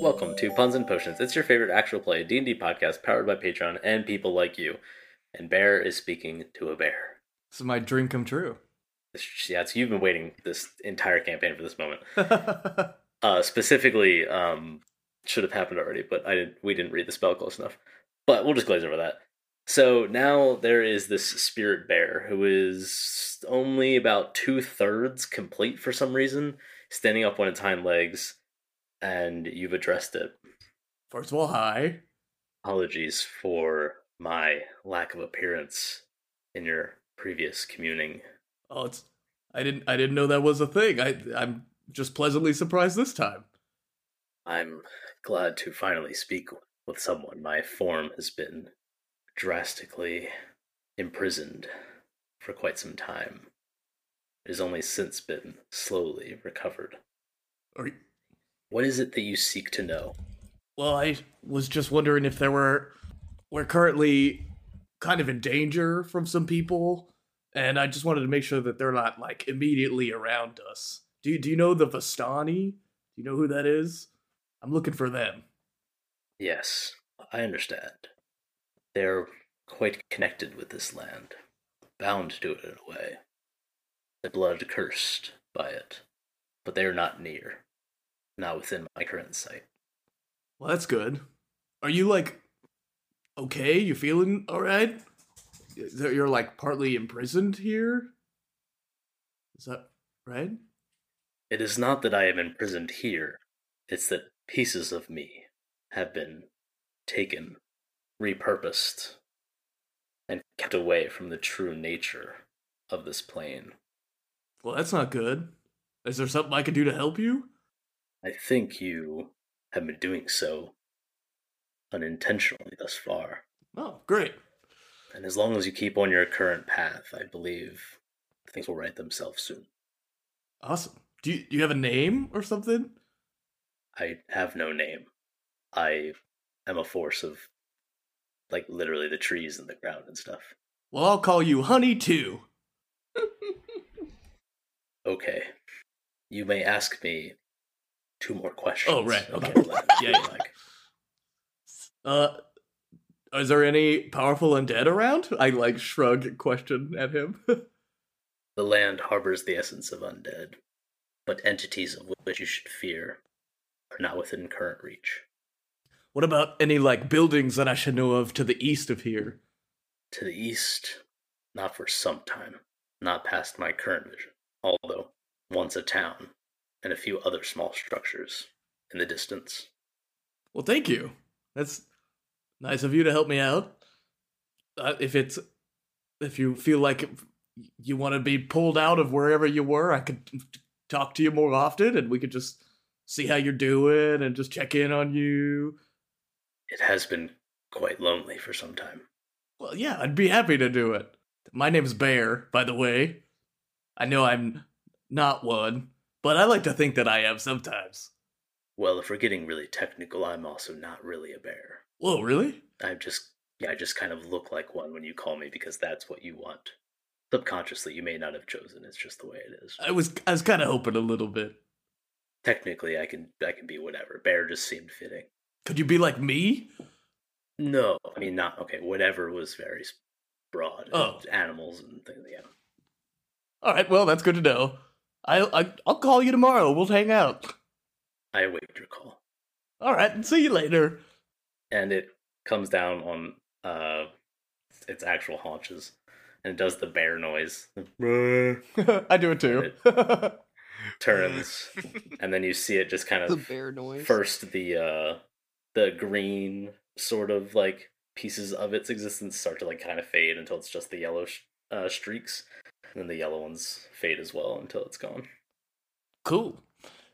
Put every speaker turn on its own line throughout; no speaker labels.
Welcome to Puns and Potions. It's your favorite actual play D&D podcast powered by Patreon and people like you. And Bear is speaking to a bear.
This is my dream come true.
It's- Yeah, it's, you've been waiting this entire campaign for this moment. Uh, specifically, um, should have happened already, but I didn't. We didn't read the spell close enough. But we'll just glaze over that. So now there is this spirit bear who is only about two thirds complete for some reason, standing up on its hind legs, and you've addressed it.
First of all, hi.
apologies for my lack of appearance in your previous communing.
Oh, it's I didn't I didn't know that was a thing. I I'm just pleasantly surprised this time.
I'm glad to finally speak with someone. My form has been drastically imprisoned for quite some time. It has only since been slowly recovered.
Or
What is it that you seek to know?
well, I was just wondering if there were we're currently kind of in danger from some people, and I just wanted to make sure that they're not like immediately around us. Do you, do you know the Vastani? Do you know who that is? I'm looking for them.
Yes, I understand. They're quite connected with this land, bound to it in a way. The blood cursed by it, but they are not near, not within my current sight.
Well, that's good. Are you like okay? You feeling all right? Is that You're like partly imprisoned here. Is that right?
It is not that I am imprisoned here, it's that pieces of me have been taken, repurposed, and kept away from the true nature of this plane.
Well, that's not good. Is there something I can do to help you?
I think you have been doing so unintentionally thus far.
Oh, great.
And as long as you keep on your current path, I believe things will right themselves soon.
Awesome. Do you, do you have a name or something?
I have no name. I am a force of, like, literally the trees and the ground and stuff.
Well, I'll call you Honey Too.
Okay. You may ask me two more questions.
Oh, right,
about
okay.
the land,
Yeah,
if you
yeah.
like.
Uh, is there any powerful undead around? I like shrug question at him.
The land harbors the essence of undead, but entities of which you should fear are not within current reach.
what about any like buildings that I should know of to the east of here?
to the east, not for some time, not past my current vision, although once a town and a few other small structures in the distance.
Well, thank you. That's nice of you to help me out. Uh, if it's if you feel like you want to be pulled out of wherever you were, I could talk to you more often, and we could just see how you're doing and just check in on you.
It has been quite lonely for some time.
Well, yeah, I'd be happy to do it. My name's Bear, by the way. I know I'm not one, but I like to think that I am sometimes.
Well, if we're getting really technical, I'm also not really a bear.
Whoa, really?
I'm just, yeah, I just kind of look like one when you call me because that's what you want. Subconsciously, you may not have chosen. It's just the way it is.
I was I was kind of hoping a little bit.
Technically, I can, I can be whatever. Bear just seemed fitting.
Could you be like me?
No, I mean not okay. Whatever was very s- broad.
Oh.
animals and things. Yeah,
All right, well, that's good to know. I, I I'll call you tomorrow. We'll hang out.
I await your call,
All right, see you later.
and it comes down on uh its actual haunches, and it does the bear noise,
I do it too.
turns, and then you see it just kind
the
of
bear noise.
first the uh the green sort of like pieces of its existence start to like kind of fade until it's just the yellow sh- uh, streaks, and then the yellow ones fade as well until it's gone.
cool.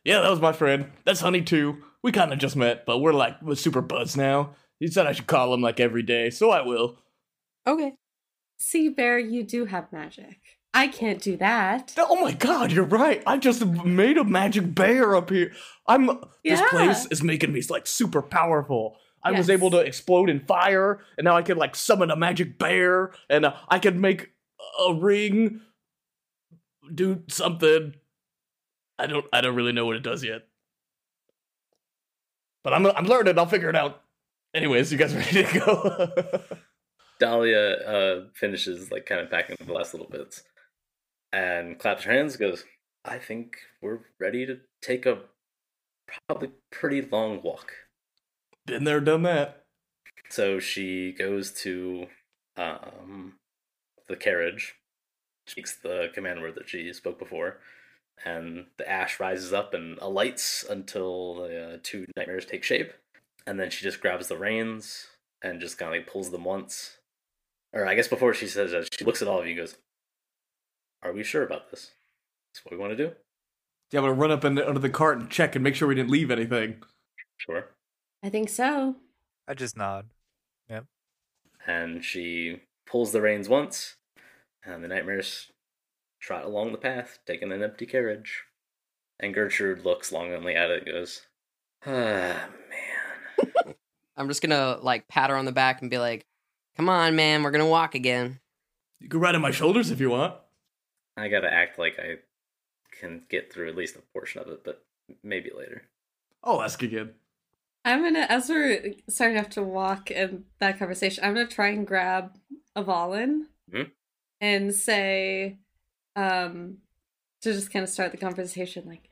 Yeah, that was my friend. That's Honey too. We kind of just met, but we're like we're super buds now. He said I should call him like every day, so I will.
Okay. See, Bear, you do have magic. I can't do that.
Oh my god, you're right. I just made a magic bear up here. I'm this
Yeah.
place is making me like super powerful. I was
Yes.
able to explode in fire, and now I can like summon a magic bear, and uh, I can make a ring do something. I don't I don't really know what it does yet. But I'm I'm learning. I'll figure it out. Anyways, you guys ready to go?
Dahlia uh, finishes like kind of packing the last little bits and claps her hands. Goes, I think we're ready to take a probably pretty long walk.
Been there, done that.
So she goes to um, the carriage, speaks the command word that she spoke before, and the ash rises up and alights until the uh, two nightmares take shape. And then she just grabs the reins and just kind of like pulls them once. Or I guess before she says that, she looks at all of you and goes, Are we sure about this? That's what we want to do?
Yeah, I'm gonna run up in, under the cart and check and make sure we didn't leave anything.
Sure.
I think so.
I just nod.
and she pulls the reins once, and the nightmares trot along the path, taking an empty carriage. And Gertrude looks longingly at it and goes, Ah, man.
I'm just gonna like pat her on the back and be like, "Come on, man, we're gonna walk again."
You can ride on my shoulders if you want.
I gotta act like I can get through at least a portion of it, but maybe later.
I'll ask again.
I'm gonna, as we're starting off to walk in that conversation, I'm gonna try and grab Avalon
Mhm.
and say, um, to just kind of start the conversation, like,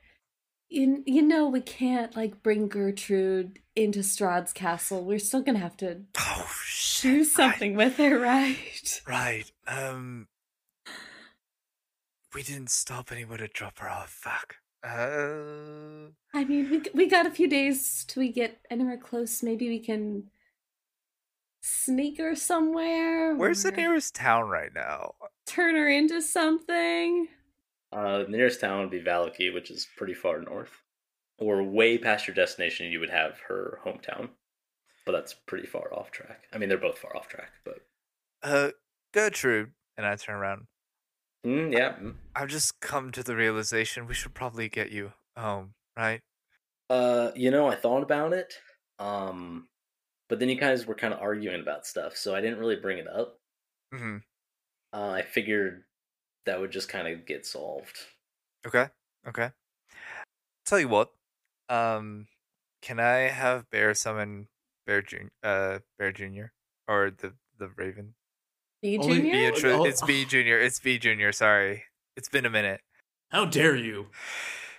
you, you know, we can't like bring Gertrude into Strahd's castle. We're still gonna have to
Oh shit!
do something with her, right?
Right. Um. We didn't stop anyone to drop her off. Fuck. Uh.
I mean, we we got a few days till we get anywhere close. Maybe we can sneak her somewhere.
Where's the
or
nearest town right now?
Turn her into something.
Uh, the nearest town would be Valaki, which is pretty far north. Or way past your destination, you would have her hometown. But that's pretty far off track. I mean, they're both far off track, but.
Uh, Gertrude. And I turn around.
Mm, yeah. mm.
I've just come to the realization we should probably get you home, right?
Uh, you know, I thought about it. Um, but then you guys were kind of arguing about stuff, so I didn't really bring it up.
Mm-hmm.
Uh, I figured that would just kind of get solved.
Okay. Okay. Tell you what. Um, can I have Bear summon Bear Jun- uh Bear Junior or the the Raven?
B
Only
Junior?
B intro-
Oh.
It's B Junior. It's B Junior. Sorry, it's been a minute.
How dare you?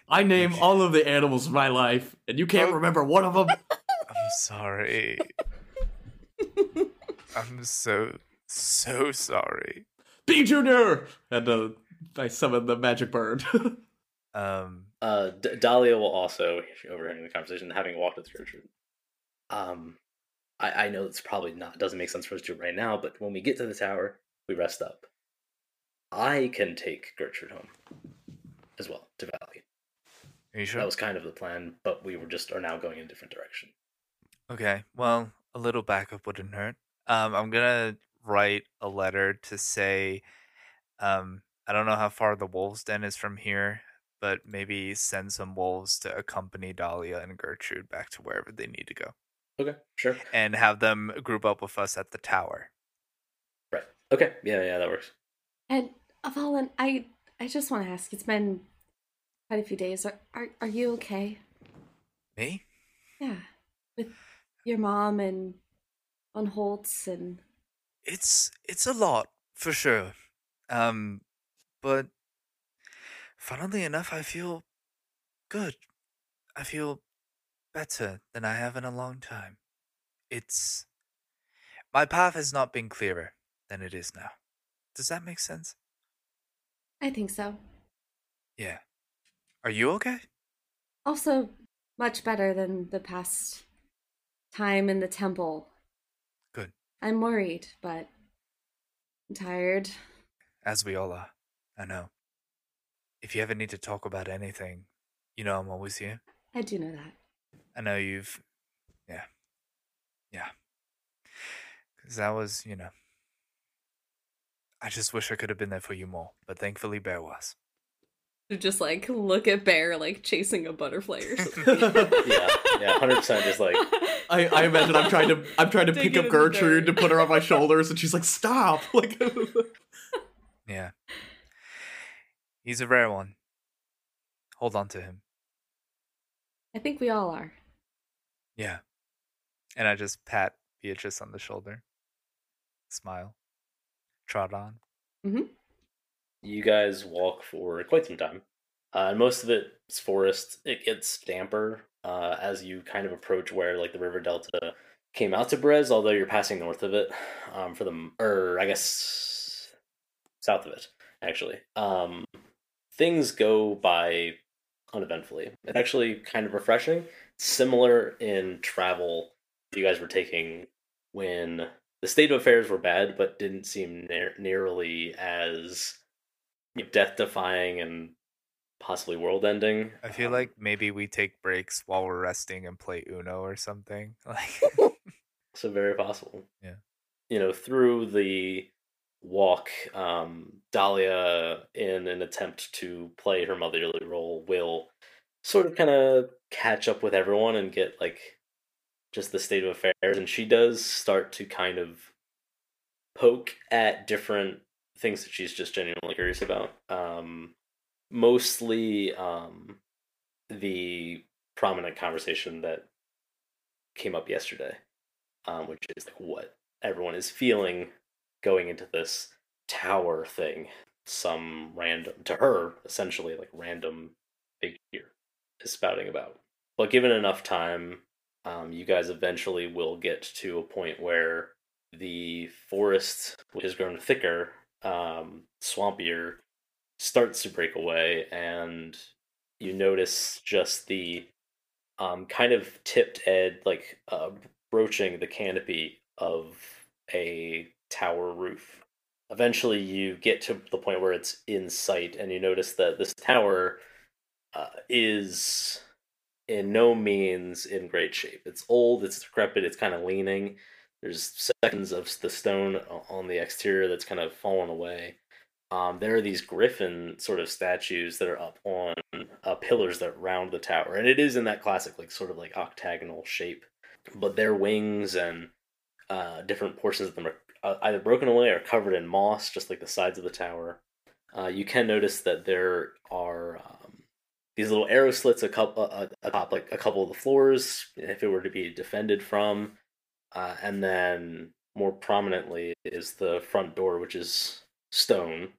I name all of the animals in my life, and you can't remember one of them.
I'm sorry. I'm so so sorry.
B Junior, and uh, I summon the magic bird.
Um,
Uh, D- Dahlia will also, if you're overhearing the conversation, having walked with Gertrude. Um, I, I know it's probably not doesn't make sense for us to do it right now, but when we get to the tower, we rest up. I can take Gertrude home as well to Valley.
are you sure?
That was kind of the plan, but we were just are now going in a different direction.
Okay. Well, a little backup wouldn't hurt. Um, I'm gonna write a letter to say, um, I don't know how far the wolves den is from here, but maybe send some wolves to accompany Dahlia and Gertrude back to wherever they need to go,
Okay, sure.
and have them group up with us at the tower.
Right. Okay. Yeah, yeah, that works.
And Avalon, I I just want to ask. It's been quite a few days. Are are, are you okay?
Me?
Yeah, with your mom and on Holtz and
It's it's a lot for sure. Um, but funnily enough, I feel good. I feel better than I have in a long time. It's my path has not been clearer than it is now. Does that make sense?
I think so.
Yeah. Are you okay?
Also, much better than the past time in the temple.
Good.
I'm worried, but I'm tired.
As we all are. I know. If you ever need to talk about anything, you know I'm always here.
I do know that.
I know you've, yeah, yeah. Because that was, you know, I just wish I could have been there for you more, but thankfully Bear was.
To just like look at Bear like chasing a butterfly or
Yeah, yeah, 100% just like-
I, I imagine I'm trying to I'm trying to
Dig
pick
it
up
in the dirt.
Gertrude to put her on my shoulders, and she's like, "Stop!" Like,
Yeah. He's a rare one. Hold on to him.
I think we all are.
Yeah. And I just pat Beatrice on the shoulder, smile, trot on.
You guys walk for quite some time. Uh, and most of it's forest. It gets damper uh, as you kind of approach where like the river delta came out to Brez, although you're passing north of it um, for the, or I guess south of it, actually. Um, things go by uneventfully. It's actually kind of refreshing. Similar in travel that you guys were taking when the state of affairs were bad, but didn't seem near, nearly as death defying and possibly world ending.
I feel
Um,
like maybe we take breaks while we're resting and play Uno or something. Like,
So very possible.
Yeah.
You know, through the walk, um, Dahlia, in an attempt to play her motherly role, will sort of kind of catch up with everyone and get like just the state of affairs. And she does start to kind of poke at different things that she's just genuinely curious about. Um, mostly um, the prominent conversation that came up yesterday um, which is like what everyone is feeling going into this tower thing. Some random, to her, essentially like random figure is spouting about. But given enough time, um, you guys eventually will get to a point where the forest, which has grown thicker, um, swampier, starts to break away, and you notice just the um, kind of tipped ed, like uh, broaching the canopy of a tower roof. Eventually, you get to the point where it's in sight, and you notice that this tower uh, is in no means in great shape. It's old, it's decrepit, it's kind of leaning. There's sections of the stone o- on the exterior that's kind of fallen away. Um, there are these griffin sort of statues that are up on uh, pillars that round the tower, and it is in that classic, like sort of like octagonal shape but their wings and uh, different portions of them are uh, either broken away or covered in moss, just like the sides of the tower. Uh, you can notice that there are um, these little arrow slits a couple uh, atop like a couple of the floors, if it were to be defended from, uh, and then more prominently is the front door, which is stone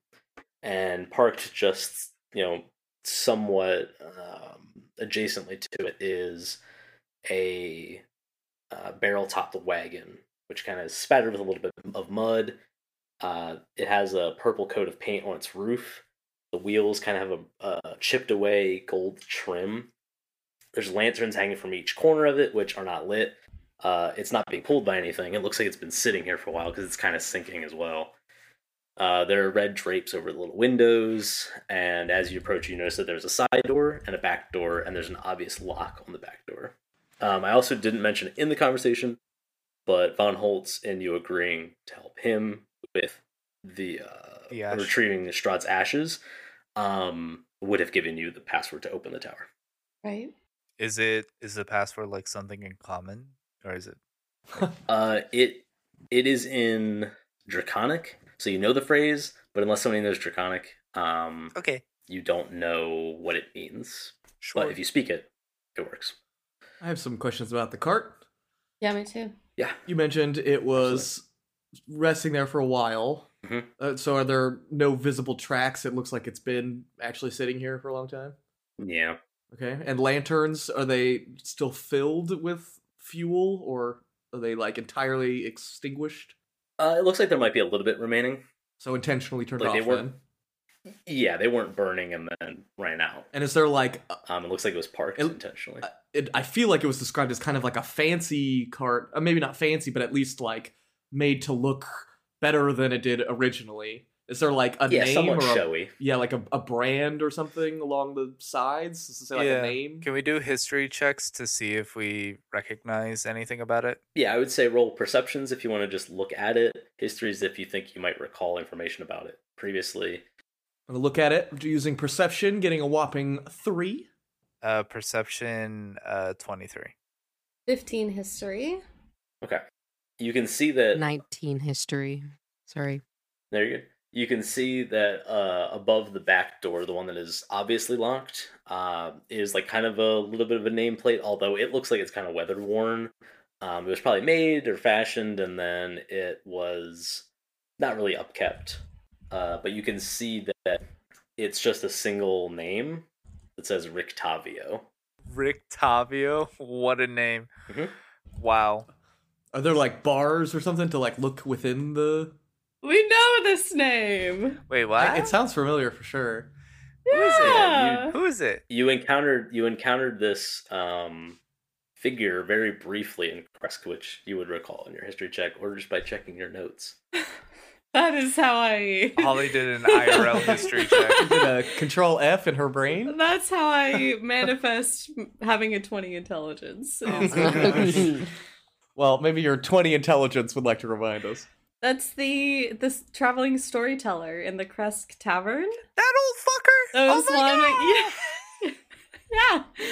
and parked just you know somewhat um, adjacently to it is a uh, barrel topped wagon, which kind of is spattered with a little bit of mud. Uh, it has a purple coat of paint on its roof. The wheels kind of have a uh, chipped away gold trim. There's lanterns hanging from each corner of it, which are not lit. Uh, it's not being pulled by anything. It looks like it's been sitting here for a while because it's kind of sinking as well. Uh, there are red drapes over the little windows, and as you approach, you notice that there's a side door and a back door, and there's an obvious lock on the back door. Um, I also didn't mention it in the conversation, but Von Holtz and you agreeing to help him with the, uh,
The ash.
retrieving Strahd's ashes um, would have given you the password to open the tower.
right?
is it is the password like something in common, or is it?
Uh, it it is in Draconic, so you know the phrase, but unless somebody knows Draconic, um,
Okay,
you don't know what it means.
sure.
But if you speak it, it works.
I have some questions about the cart.
Yeah, me too.
Yeah.
You mentioned it was resting there for a while.
Mhm.
Uh, so are there no visible tracks? It looks like it's been actually sitting here for a long time.
Yeah.
Okay. And lanterns, are they still filled with fuel or are they like entirely extinguished?
Uh, it looks like there might be a little bit remaining.
So intentionally turned
Like, they
off
weren't-
then.
Yeah, they weren't burning and then ran out.
And is there like a-
Um, it looks like it was parked
It-
intentionally.
uh, it, I feel like it was described as kind of like a fancy cart, uh, maybe not fancy, but at least like made to look better than it did originally. Is there like a
yeah,
name or
somewhat
a,
showy.
yeah, like a, a brand or something along the sides? Does it say like
Yeah.
a name?
Can we do history checks to see if we recognize anything about it?
Yeah, I would say roll perceptions if you want to just look at it. Histories if you think you might recall information about it previously.
I'm gonna look at it using perception, getting a whopping three.
Uh, perception, uh, twenty three.
15 history.
Okay. You can see that.
19 history. Sorry.
There you go. you can see that uh, above the back door, the one that is obviously locked, uh, is like kind of a little bit of a nameplate, although it looks like it's kind of weather worn. Um, it was probably made or fashioned, and then it was not really upkept. Uh, but you can see that it's just a single name that says Rick Tavio.
Rick Tavio, what a name!
Mhm.
Wow.
Are there like bars or something to like look within the?
We know this name.
Wait, what?
It sounds familiar for sure.
Who is it?
Yeah.
Who is it?
You encountered you encountered this um, figure very briefly in Kresk, which you would recall in your history check, or just by checking your notes.
That is how I.
Holly did an IRL history check.
She Did a control F in her brain?
That's how I manifest having a 20 intelligence.
Oh
It's-
Well, maybe your twenty intelligence would like to remind us.
That's the this traveling storyteller in the Kresk Tavern.
That old fucker.
That
oh
was
my
one-
god!
Yeah. yeah.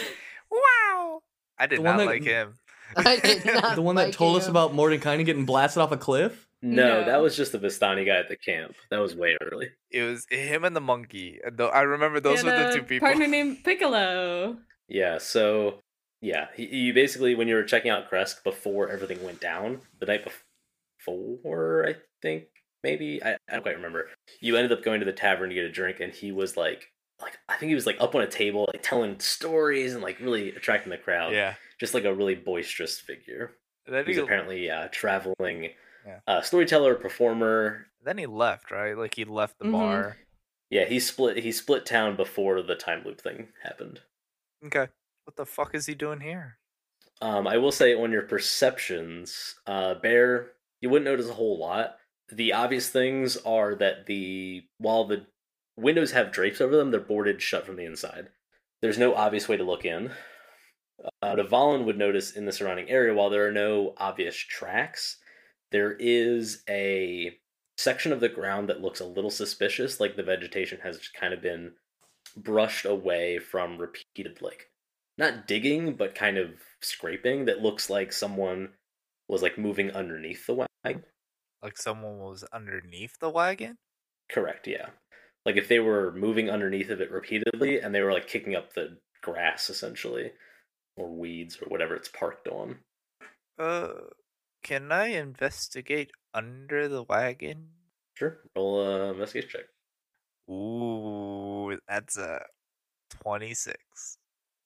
Wow. I did
The one
not
that-
like him.
I did
Uh,
not
The one that
like
told us
you.
about Mordecai getting blasted off a cliff.
No,
No.
that was just the Vistani guy at the camp. That was way early.
It was him and the monkey. And tho- I remember those
And
were the
a
two people.
Partner named Piccolo.
Yeah, so yeah, he, you basically when you were checking out Kresk before everything went down the night before, I think maybe I, I don't quite remember. You ended up going to the tavern to get a drink, and he was like, like I think he was like up on a table, like telling stories and like really attracting the crowd.
Yeah.
just like a really boisterous figure.
Then
He's
he,
apparently yeah, traveling
Yeah.
uh, storyteller, performer.
then he left, right? Like he left the
Mhm.
bar.
Yeah, he split he split town before the time loop thing happened.
Okay. What the fuck is he doing here?
Um, I will say on your perceptions, uh, Bear, you wouldn't notice a whole lot. The obvious things are that the while the windows have drapes over them, they're boarded shut from the inside. There's no obvious way to look in. Uh, Devalin would notice in the surrounding area, while there are no obvious tracks, there is a section of the ground that looks a little suspicious, like the vegetation has kind of been brushed away from repeated like not digging but kind of scraping that looks like someone was like moving underneath the wagon
Like someone was underneath the wagon?
correct yeah like if they were moving underneath of it repeatedly and they were like kicking up the grass essentially or weeds or whatever it's parked on
Uh can I investigate under the wagon?
sure roll a investigation check
Ooh, that's a twenty six.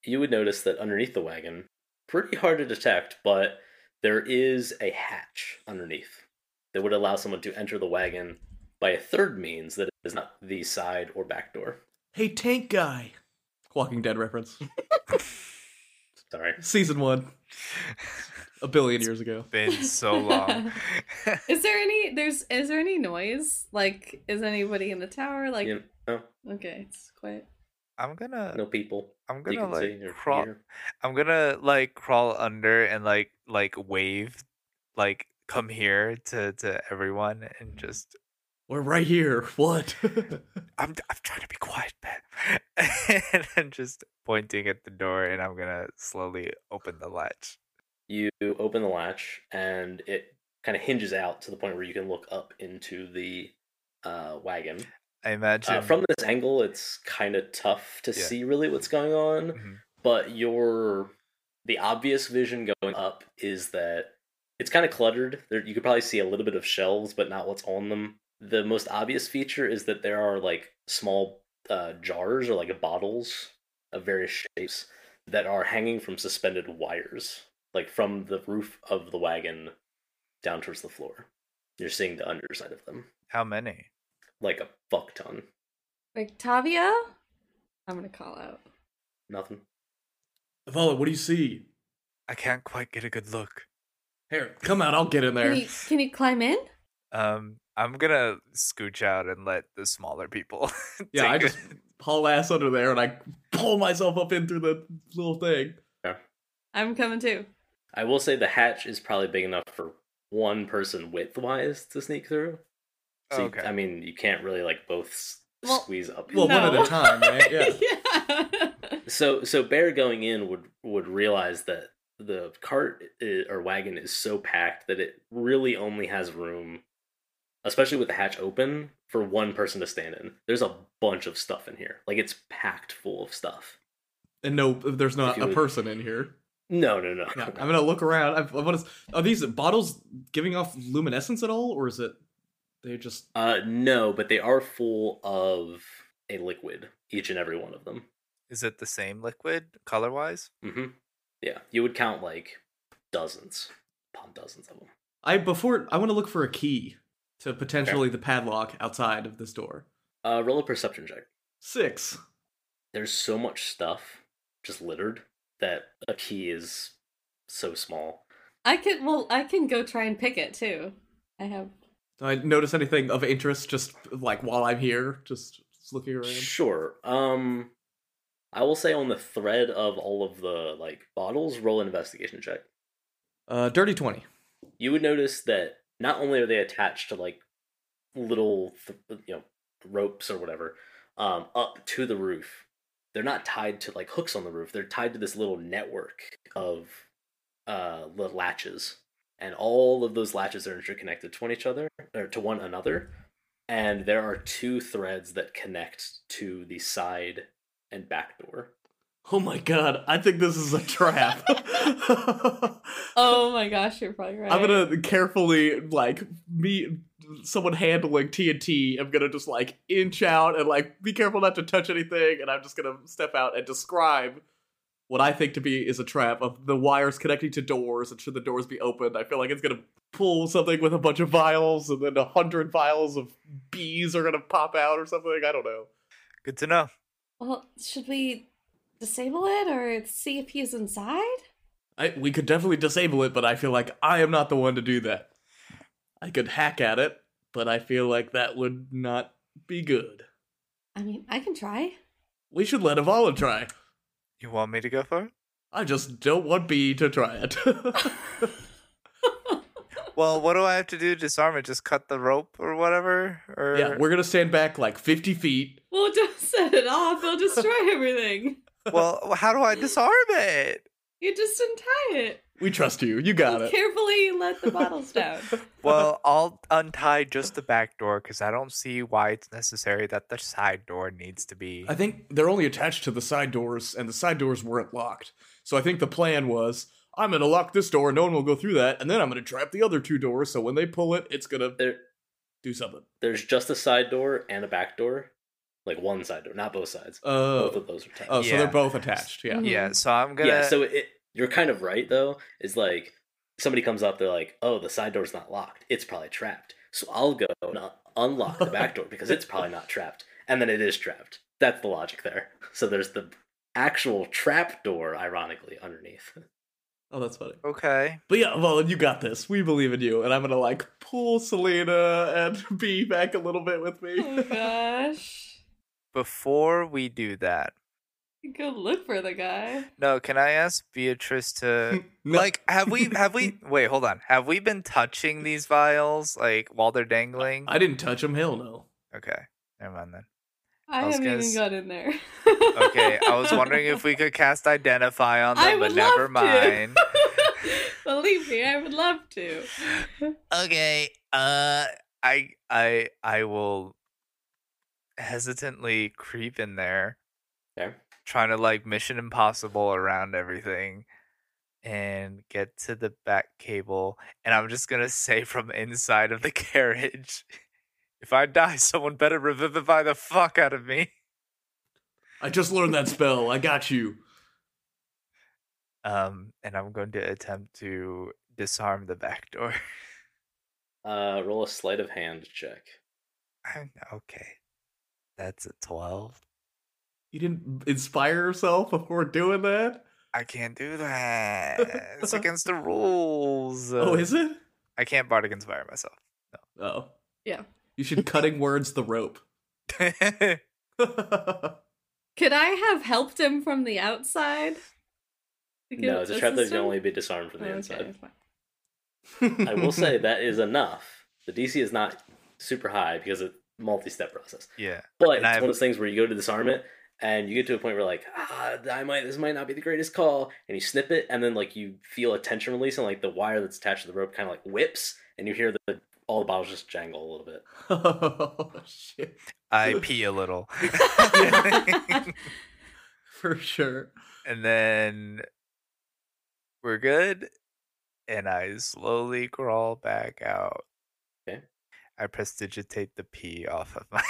you would notice that underneath the wagon pretty hard to detect but there is a hatch underneath that would allow someone to enter the wagon by a third means that is not the side or back door
Hey, tank guy. Walking Dead reference.
sorry
Season one. A billion years ago.
Been so long.
Is there any there's is there any noise? Like is anybody in the tower? Like
you know, oh,
okay, it's quiet.
I'm gonna
no people
I'm
that you
gonna
can see
like
or
crawl
hear.
I'm gonna like crawl under and like like wave, like come here to to everyone and just
We're right here. What?
I'm I'm trying to be quiet, man, and I'm just pointing at the door and I'm gonna slowly open the latch.
You open the latch, and it kind of hinges out to the point where you can look up into the uh, wagon.
I imagine
Uh, from this angle, it's kind of tough to
Um, Yeah.
see really what's going on,
Mhm.
but your the obvious vision going up is that it's kind of cluttered. There, you could probably see a little bit of shelves, but not what's on them. The most obvious feature is that there are like small uh, jars or like bottles of various shapes that are hanging from suspended wires, like from the roof of the wagon down towards the floor. You're seeing the underside of them,
how many.
like a fuck ton.
Like Tavia? I'm gonna call out.
Nothing.
Vala, what do you see?
I can't quite get a good look.
Here, come out. I'll get in there.
Can you can you climb in?
Um, I'm gonna scooch out and let the smaller people.
yeah, I
take a-
just haul ass under there and I pull myself up in through the little thing.
I'm coming too.
I will say the hatch is probably big enough for one person width wise to sneak through. So you-
Okay.
I mean, you can't really like both s-
Well-
squeeze up.
Well, one at
No.
a time, right? Yeah.
yeah.
So so Bear going in would would realize that the cart i- or wagon is so packed that it really only has room especially with the hatch open for one person to stand in. There's a bunch of stuff in here. Like it's packed full of stuff.
And no, there's
If
not
you
a
would-
person in here.
No, no, no.
Yeah, I'm gonna look around. I, I want to. Are these bottles giving off luminescence at all, or is it they just?
Uh, no, but they are full of a liquid, each and every one of them.
Is it the same liquid color wise?
hmm Yeah, you would count like dozens upon dozens of them.
I before I want to look for a key to potentially the padlock outside of this door.
Uh, roll a perception check.
Six.
There's so much stuff just littered that a key is so small.
I can well I can go try and pick it too. I have
Do I notice anything of interest just like while I'm here, just, just looking around?
Sure. Um, I will say on the thread of all of the like bottles, roll an investigation check.
Uh, dirty twenty.
you would notice that not only are they attached to like little th- you know ropes or whatever um, up to the roof they're not tied to like hooks on the roof they're tied to this little network of uh the latches and all of those latches are interconnected to one each other or to one another and there are two threads that connect to the side and back door
Oh my god! I think this is a trap.
Oh my gosh, you're probably right.
I'm gonna carefully like me someone handling TNT. I'm gonna just like inch out and like be careful not to touch anything, and I'm just gonna step out and describe what I think to be is a trap of the wires connecting to doors, and should the doors be opened, I feel like it's gonna pull something with a bunch of vials, and then a hundred vials of bees are gonna pop out or something. I don't know.
Good to know.
Well, should we disable it or see if he's inside?
I, we could definitely disable it, but I feel like I am not the one to do that. I could hack at it, but I feel like that would not be good.
I mean, I can try.
We should let Avala try.
You want me to go for it?
I just don't want B to try it.
Well, what do I have to do to disarm it? Just cut the rope or whatever? Or
yeah, we're gonna stand back like 50 feet.
Well, don't set it off. They'll destroy everything.
well, how do I disarm it?
You just untie it.
We trust you. You got
We'll
it.
Carefully let the bottles down. Oh
Well, I'll untie just the back door because I don't see why it's necessary that the side door needs to be.
I think they're only attached to the side doors, and the side doors weren't locked. So I think the plan was I'm gonna lock this door, no one will go through that, and then I'm gonna trap the other two doors, so when they pull it, it's gonna
there
do something.
there's just a side door and a back door like one side door not both sides both
Oh,
of those are tied
oh so they're
Yeah.
both attached, yeah.
Yeah,
Mhm.
so I'm gonna.
Yeah, so it, you're kind of right though. Is like somebody comes up, they're like, "Oh, the side door's not locked. It's probably trapped." So I'll go and un- unlock the back door because it's probably not trapped, and then it is trapped. That's the logic there. So there's the actual trap door, ironically, underneath.
Oh, that's funny.
Okay.
But yeah, Valen, you got this. We believe in you, and I'm gonna like pull Selena and B back a little bit with me.
Oh gosh.
Before we do that,
Go look for the guy.
no, can I ask Beatrice to
No.
like have we have we wait, hold on. Have we been touching these vials like while they're dangling?
I didn't touch him. Hell no.
okay. Never mind then.
I,
I was
haven't
gonna
even
s-
got in there.
Okay, I was wondering if we could cast identify on them, but never mind.
Believe me, I would love to.
okay uh i i i will hesitantly creep in there
Okay.
trying to like mission impossible around everything and get to the back cable and i'm just gonna say from inside of the carriage if i die someone better revivify the fuck out of me
I just learned that spell. I got you.
um and i'm going to attempt to disarm the back door
Uh, roll a sleight of hand check.
I'm- okay that's a 12
You didn't inspire yourself before doing that?
I can't do that. it's against the rules.
oh, is it?
I can't bardic inspire myself.
Oh.
Yeah.
You should cutting words the rope.
Could I have helped him from the outside? To give
No, it's a trap that can
assistance?
only be disarmed from the
Oh, Okay,
inside.
fine.
I will say that is enough. The DC is not super high because it's multi-step process.
yeah.
But
And
it's
I've-
one of those things where you go to disarm it, and you get to a point where like, ah, I might this might not be the greatest call, and you snip it, and then like you feel a tension release, and like the wire that's attached to the rope kind of like whips, and you hear the all the bottles just jangle a little bit.
oh shit,
I pee a little.
for sure.
and then we're good. And I slowly crawl back out.
Okay.
I prestigitate the pee off of my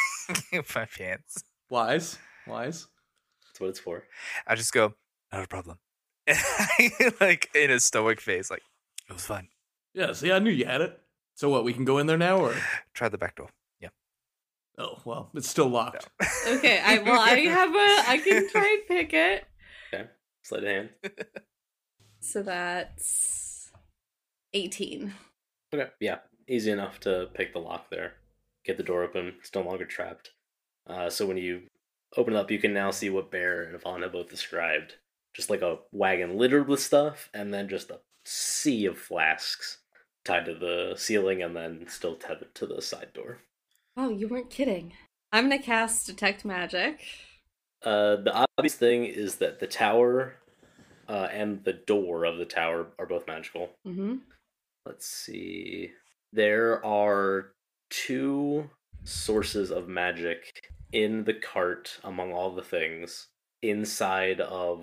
my pants.
Wise, wise.
That's what it's for.
I just go, not a problem. And I, like in a stoic face, like it was fun.
Yeah. See, I knew you had it. So what? We can go in there now, or
Try the back door.
oh well, it's still locked.
okay, I well I have a I can try and pick it.
Sleight of hand.
So that's 18.
Okay. Yeah. Easy enough to pick the lock there. Get the door open. It's no longer trapped. Uh, so when you open it up, you can now see what Bear and Yvonne have both described. Just like a wagon littered with stuff, and then just a sea of flasks tied to the ceiling and then still tethered to the side door.
Wow, Oh, you weren't kidding. I'm gonna cast Detect Magic.
Uh, the obvious thing is that the tower uh, and the door of the tower are both magical.
Mm-hmm.
Let's see. There are two sources of magic in the cart among all the things inside of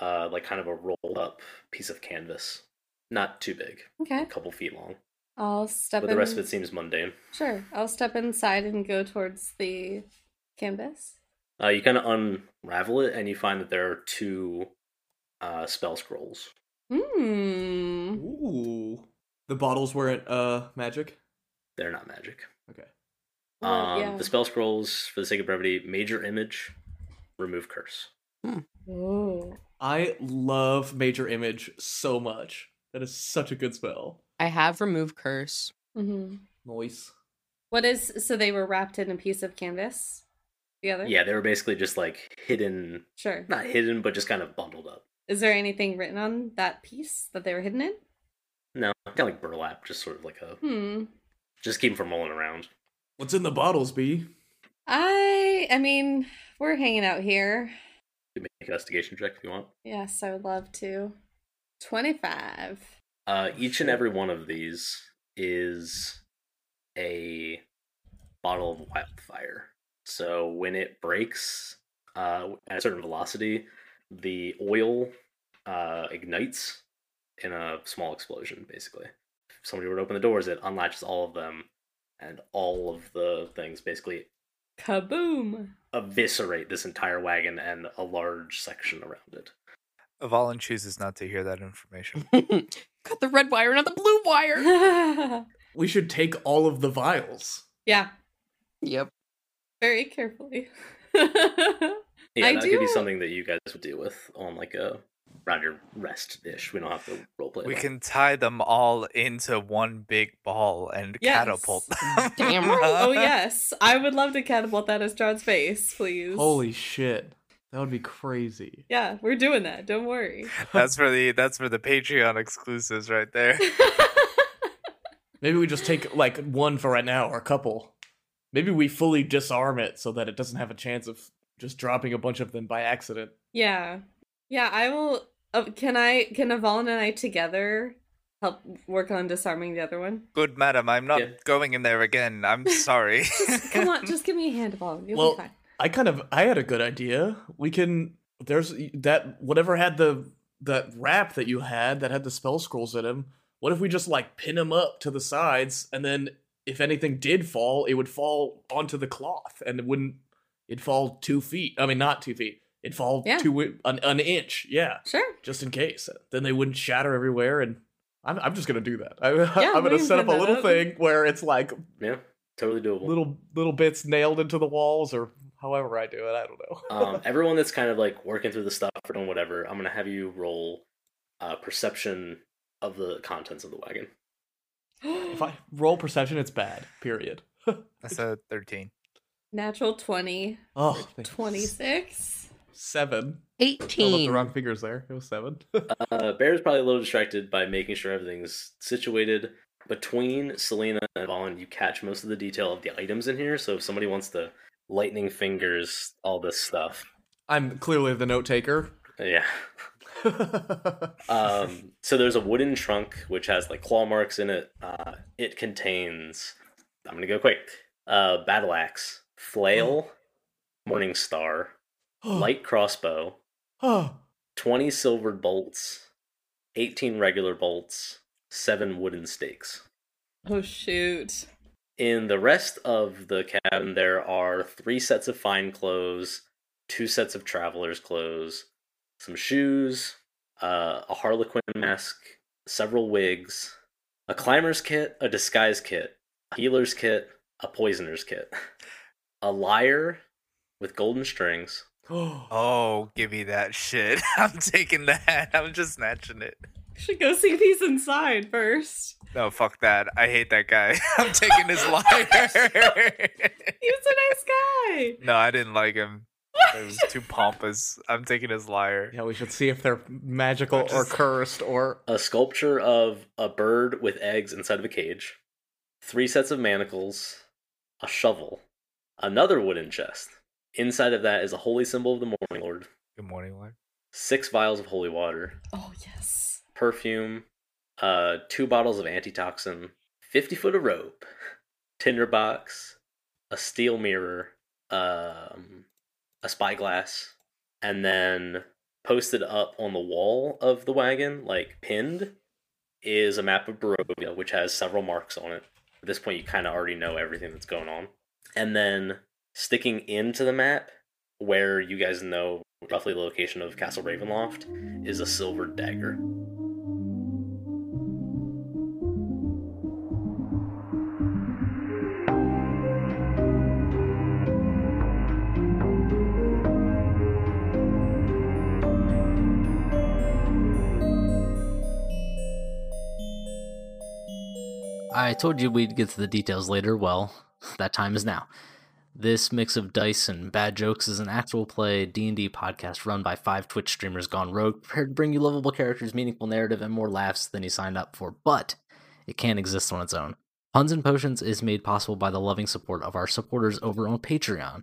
uh like kind of a rolled up piece of canvas. Not too big, a
Okay.
couple feet long.
I'll step
But
in.
the rest of it seems mundane.
Sure. I'll step inside and go towards the canvas.
Uh you kind of unravel it and you find that there are two uh spell scrolls.
Hmm.
Ooh, the bottles weren't uh magic.
They're not magic.
Okay.
Well,
um
yeah.
the spell scrolls for the sake of brevity, major image, remove curse.
Ooh.
I love Major Image so much. That is such a good spell.
I have removed curse.
Mm-hmm.
Noise.
What is so they were wrapped in a piece of canvas together?
Yeah, they were basically just like hidden
Sure.
not hidden, but just kind of bundled up.
Is there anything written on that piece that they were hidden in?
No, kind of like burlap, just sort of like a
Hmm.
just keep 'em from rolling around.
What's in the bottles, B?
I I mean, we're hanging out here.
You make an investigation check if you want.
Yes, I would love to. 25.
Uh, each and every one of these is a bottle of wildfire. So when it breaks uh, at a certain velocity, the oil uh, ignites in a small explosion. Basically, if somebody were to open the doors, it unlatches all of them, and all of the things basically
Kaboom!
eviscerate this entire wagon and a large section around it.
Avalon chooses not to hear that information.
Cut the red wire, not the blue wire.
We should take all of the vials.
yeah,
Yep.
very carefully.
Yeah,
I
that could be
do-
something that you guys would deal with on like a round your rest ish. We don't have to roleplay.
we
that.
can tie them all into one big ball and
Yes.
catapult them.
Damn right.
oh, yes. I would love to catapult that as John's face, please.
Holy shit. That would be crazy.
Yeah, we're doing that. Don't worry.
That's for the that's for the Patreon exclusives right there.
Maybe we just take like one for right now or a couple. Maybe we fully disarm it so that it doesn't have a chance of just dropping a bunch of them by accident.
yeah. Yeah, I will. Uh, can I, can Avalon and I together help work on disarming the other one?
Good madam, I'm not
Yeah.
going in there again. I'm sorry.
Just, come on, just give me a hand, Avalon. You'll
Well,
be fine.
I kind of I had a good idea. We can there's that whatever had the that wrap that you had that had the spell scrolls in him. What if we just like pin him up to the sides and then if anything did fall, it would fall onto the cloth and it wouldn't. It'd fall two feet. I mean, not two feet. It'd fall
Yeah.
two wi- an, an inch. Yeah,
Sure.
just in case. Then they wouldn't shatter everywhere. And I'm I'm just gonna do that. I, I'm
we
gonna
can
set up a
pin that
little
up.
thing where it's like
yeah, totally doable.
little little bits nailed into the walls or however I do it. I don't know.
um, everyone that's kind of like working through the stuff or doing whatever, I'm gonna have you roll uh, perception of the contents of the wagon.
if I roll perception, it's bad. Period.
That's a thirteen.
Natural 20.
Oh, thank you.
26.
Seven. Held up the
18.
wrong fingers there. It was seven.
Uh, Bear's probably a little distracted by making sure everything's situated. Between Selena and Vaughn, you catch most of the detail of the items in here. So if somebody wants to lightning fingers all this stuff,
I'm clearly the note taker.
yeah.
Um, so there's a wooden trunk which has like claw marks in it. Uh, it contains, I'm gonna go quick. Uh, battle axe, flail, morning star, light crossbow,
Oh,
20 silvered bolts, 18 regular bolts, seven wooden stakes.
Oh shoot.
In the rest of the cabin, there are three sets of fine clothes, two sets of traveler's clothes, some shoes, uh, a harlequin mask, several wigs, a climber's kit, a disguise kit, a healer's kit, a poisoner's kit, a lyre with golden strings,
oh,
Oh, give me that shit. I'm taking that. I'm just snatching it.
Should go see these inside first.
No, fuck that. I hate that guy. I'm taking his liar.
He was a nice guy.
no, I didn't like him. It was too pompous. I'm taking his liar.
yeah. We should see if they're magical
I
or
just-
cursed or
a sculpture of a bird with eggs inside of a cage, three sets of manacles, a shovel, another wooden chest. Inside of that is a holy symbol of the Morning Lord,
Good morning, liar.
six vials of holy water,
Oh yes.
perfume, uh, two bottles of antitoxin, 50 foot of rope, tinderbox, a steel mirror, um, a spyglass, and then posted up on the wall of the wagon, like pinned, is a map of Barovia, which has several marks on it. At this point, you kind of already know everything that's going on. And then sticking into the map, where you guys know roughly the location of Castle Ravenloft, is a silver dagger.
I told you we'd get to the details later. Well, that time is now. This mix of dice and bad jokes is an actual play D&D podcast run by five Twitch streamers gone rogue, prepared to bring you lovable characters, meaningful narrative, and more laughs than you signed up for, but it can't exist on its own. Puns and Potions is made possible by the loving support of our supporters over on Patreon.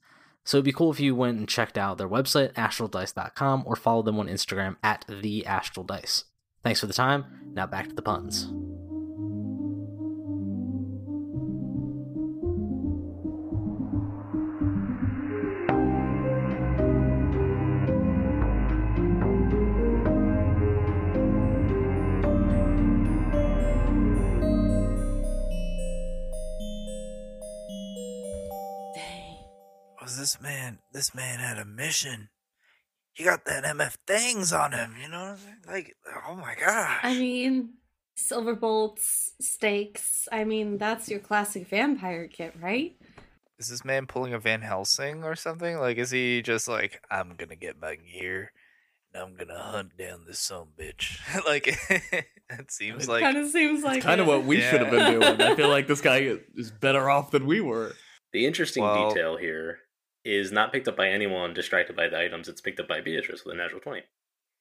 So it'd be cool if you went and checked out their website, astraldice.com, or follow them on Instagram at the Astral Dice. Thanks for the time. Now back to the puns.
Dang.
was this man this man had a mission he got that mf things on him you know what I'm saying? like oh my gosh
I mean, silver bolts, stakes. I mean, that's your classic vampire kit, right?
is this man pulling a van helsing or something like is he just like i'm gonna get my gear and i'm gonna hunt down this son of a bitch like it seems like
kind of seems like
kind of
it.
what we should have been
Yeah.
doing. I feel like this guy is better off than we were.
The interesting
Well-
detail here is not picked up by anyone distracted by the items. It's picked up by Beatrice with a natural 20.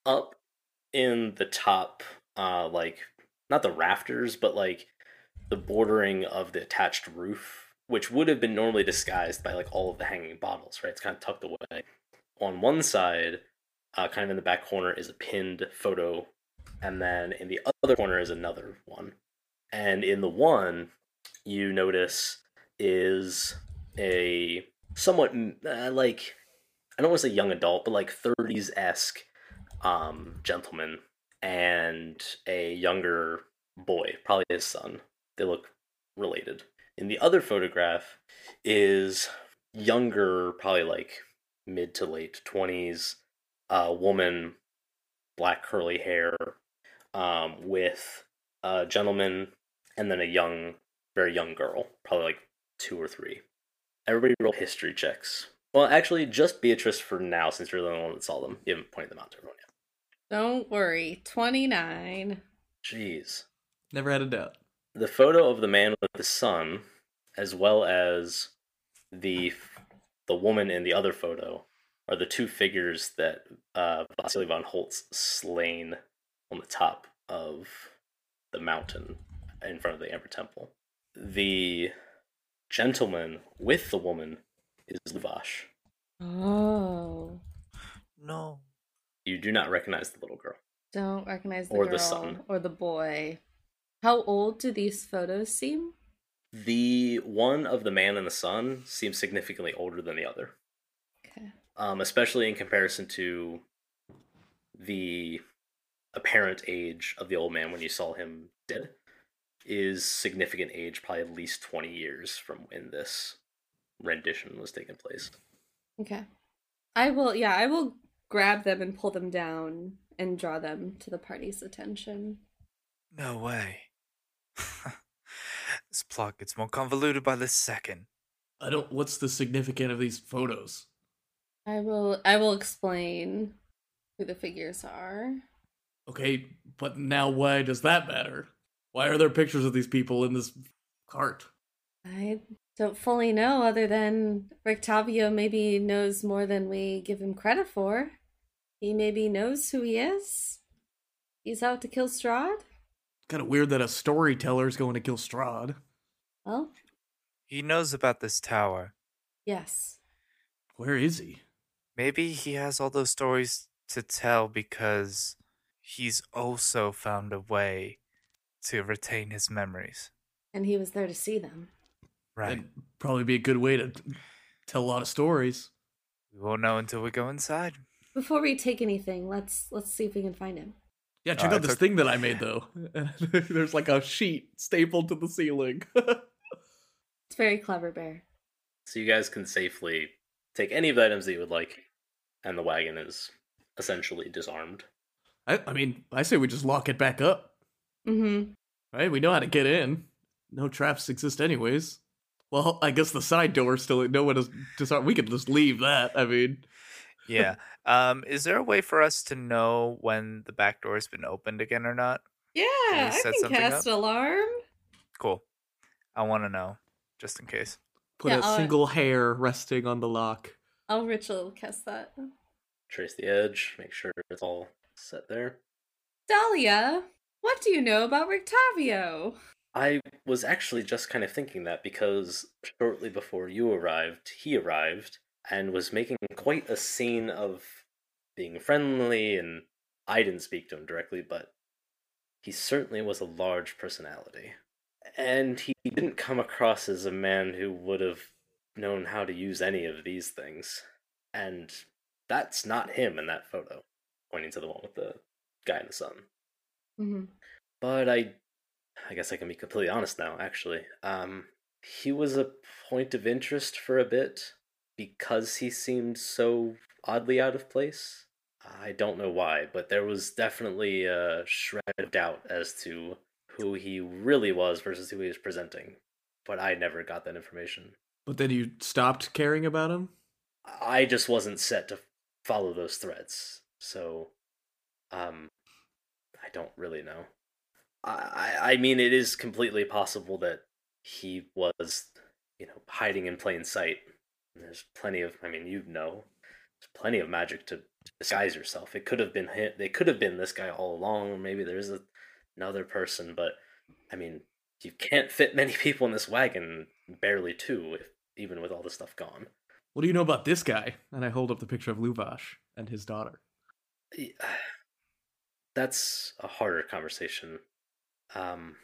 Up in the top, uh, like, not the rafters, but like the bordering of the attached roof, which would have been normally disguised by like all of the hanging bottles, right? It's kind of tucked away. On one side, uh, kind of in the back corner, is a pinned photo. And then in the other corner is another one. And in the one, you notice is a somewhat mm, uh, like I don't want to say young adult, but like 30s esque um, gentleman and a younger boy, probably his son, They look related. In the other photograph is younger, probably like mid to late 20s, uh, woman, black curly hair, um, with a gentleman and then a young, very young girl, probably like two or three. Everybody roll history checks. Well, actually, just Beatrice for now, since you're the only one that saw them. You haven't pointed them out to everyone yet.
Don't worry. 29.
Jeez.
Never had a doubt.
the photo of the man with the son, as well as the the woman in the other photo, are the two figures that uh, Vasily von Holtz slain on the top of the mountain in front of the Amber Temple. The gentleman with the woman is Luvash.
Oh.
No.
You do not recognize the little girl.
Don't recognize the
Or the
girl
son.
or the boy. How old do these photos seem?
The one of the man and the son seems significantly older than the other.
Okay.
um, especially in comparison to the apparent age of the old man when you saw him dead, is significant age, probably at least 20 years from when this rendition was taking place.
Okay. I will yeah, I will grab them and pull them down and draw them to the party's attention.
No way. this plot gets more convoluted by the second.
I don't. What's the significance of these photos?
I will I will explain who the figures are.
Okay, but now why does that matter? Why are there pictures of these people in this cart?
I don't fully know other than Rictavio maybe knows more than we give him credit for. He maybe knows who he is. He's out to kill Strahd.
Kind of weird that a storyteller's going to kill Strahd.
Well,
He knows about this tower.
yes.
Where is he?
Maybe he has all those stories to tell because he's also found a way to retain his memories.
And he was there to see them.
Right.
That'd probably be a good way to tell a lot of stories.
we won't know until we go inside.
Before we take anything, let's let's see if we can find him.
Yeah,
Oh,
check
I
out this
took-
thing that I made though. There's like a sheet stapled to the ceiling.
It's very clever, Bear.
So you guys can safely take any of the items that you would like, and the wagon is essentially disarmed.
I, I mean, I say we just lock it back up.
Mm-hmm.
Right? We know how to get in. No traps exist anyways. Well, I guess the side door still no one is disarmed. We could just leave that. I mean,
Yeah. um, is there a way for us to know when the back door has been opened again or not?
Yeah,
Can we
I
set
can
something
cast alarm.
Cool. I want to know just in case.
put
Yeah,
a
I'll-
single hair resting on the lock.
I'll ritual cast that.
Trace the edge, make sure it's all set there.
Dahlia, what do you know about Rictavio?
I was actually just kind of thinking that because shortly before you arrived, he arrived and was making quite a scene of being friendly, and I didn't speak to him directly, but he certainly was a large personality. And he didn't come across as a man who would have known how to use any of these things. And that's not him in that photo, pointing to the one with the guy in the sun
Mm-hmm.
but I, I guess I can be completely honest now. Actually, um, he was a point of interest for a bit because he seemed so oddly out of place. I don't know why, but there was definitely a shred of doubt as to who he really was versus who he was presenting. But I never got that information.
But then you stopped caring about him?
I just wasn't set to follow those threads. So, um, I don't really know. I, I I mean, it is completely possible that he was, you know, hiding in plain sight. There's plenty of, I mean, you know, there's plenty of magic to disguise yourself. It could have been him. They could have been this guy all along, or maybe there's a, another person. But I mean, you can't fit many people in this wagon. Barely two, if, even with all the stuff gone.
What do you know about this guy? And I hold up the picture of Luvash and his daughter.
Y- that's a harder conversation. Um,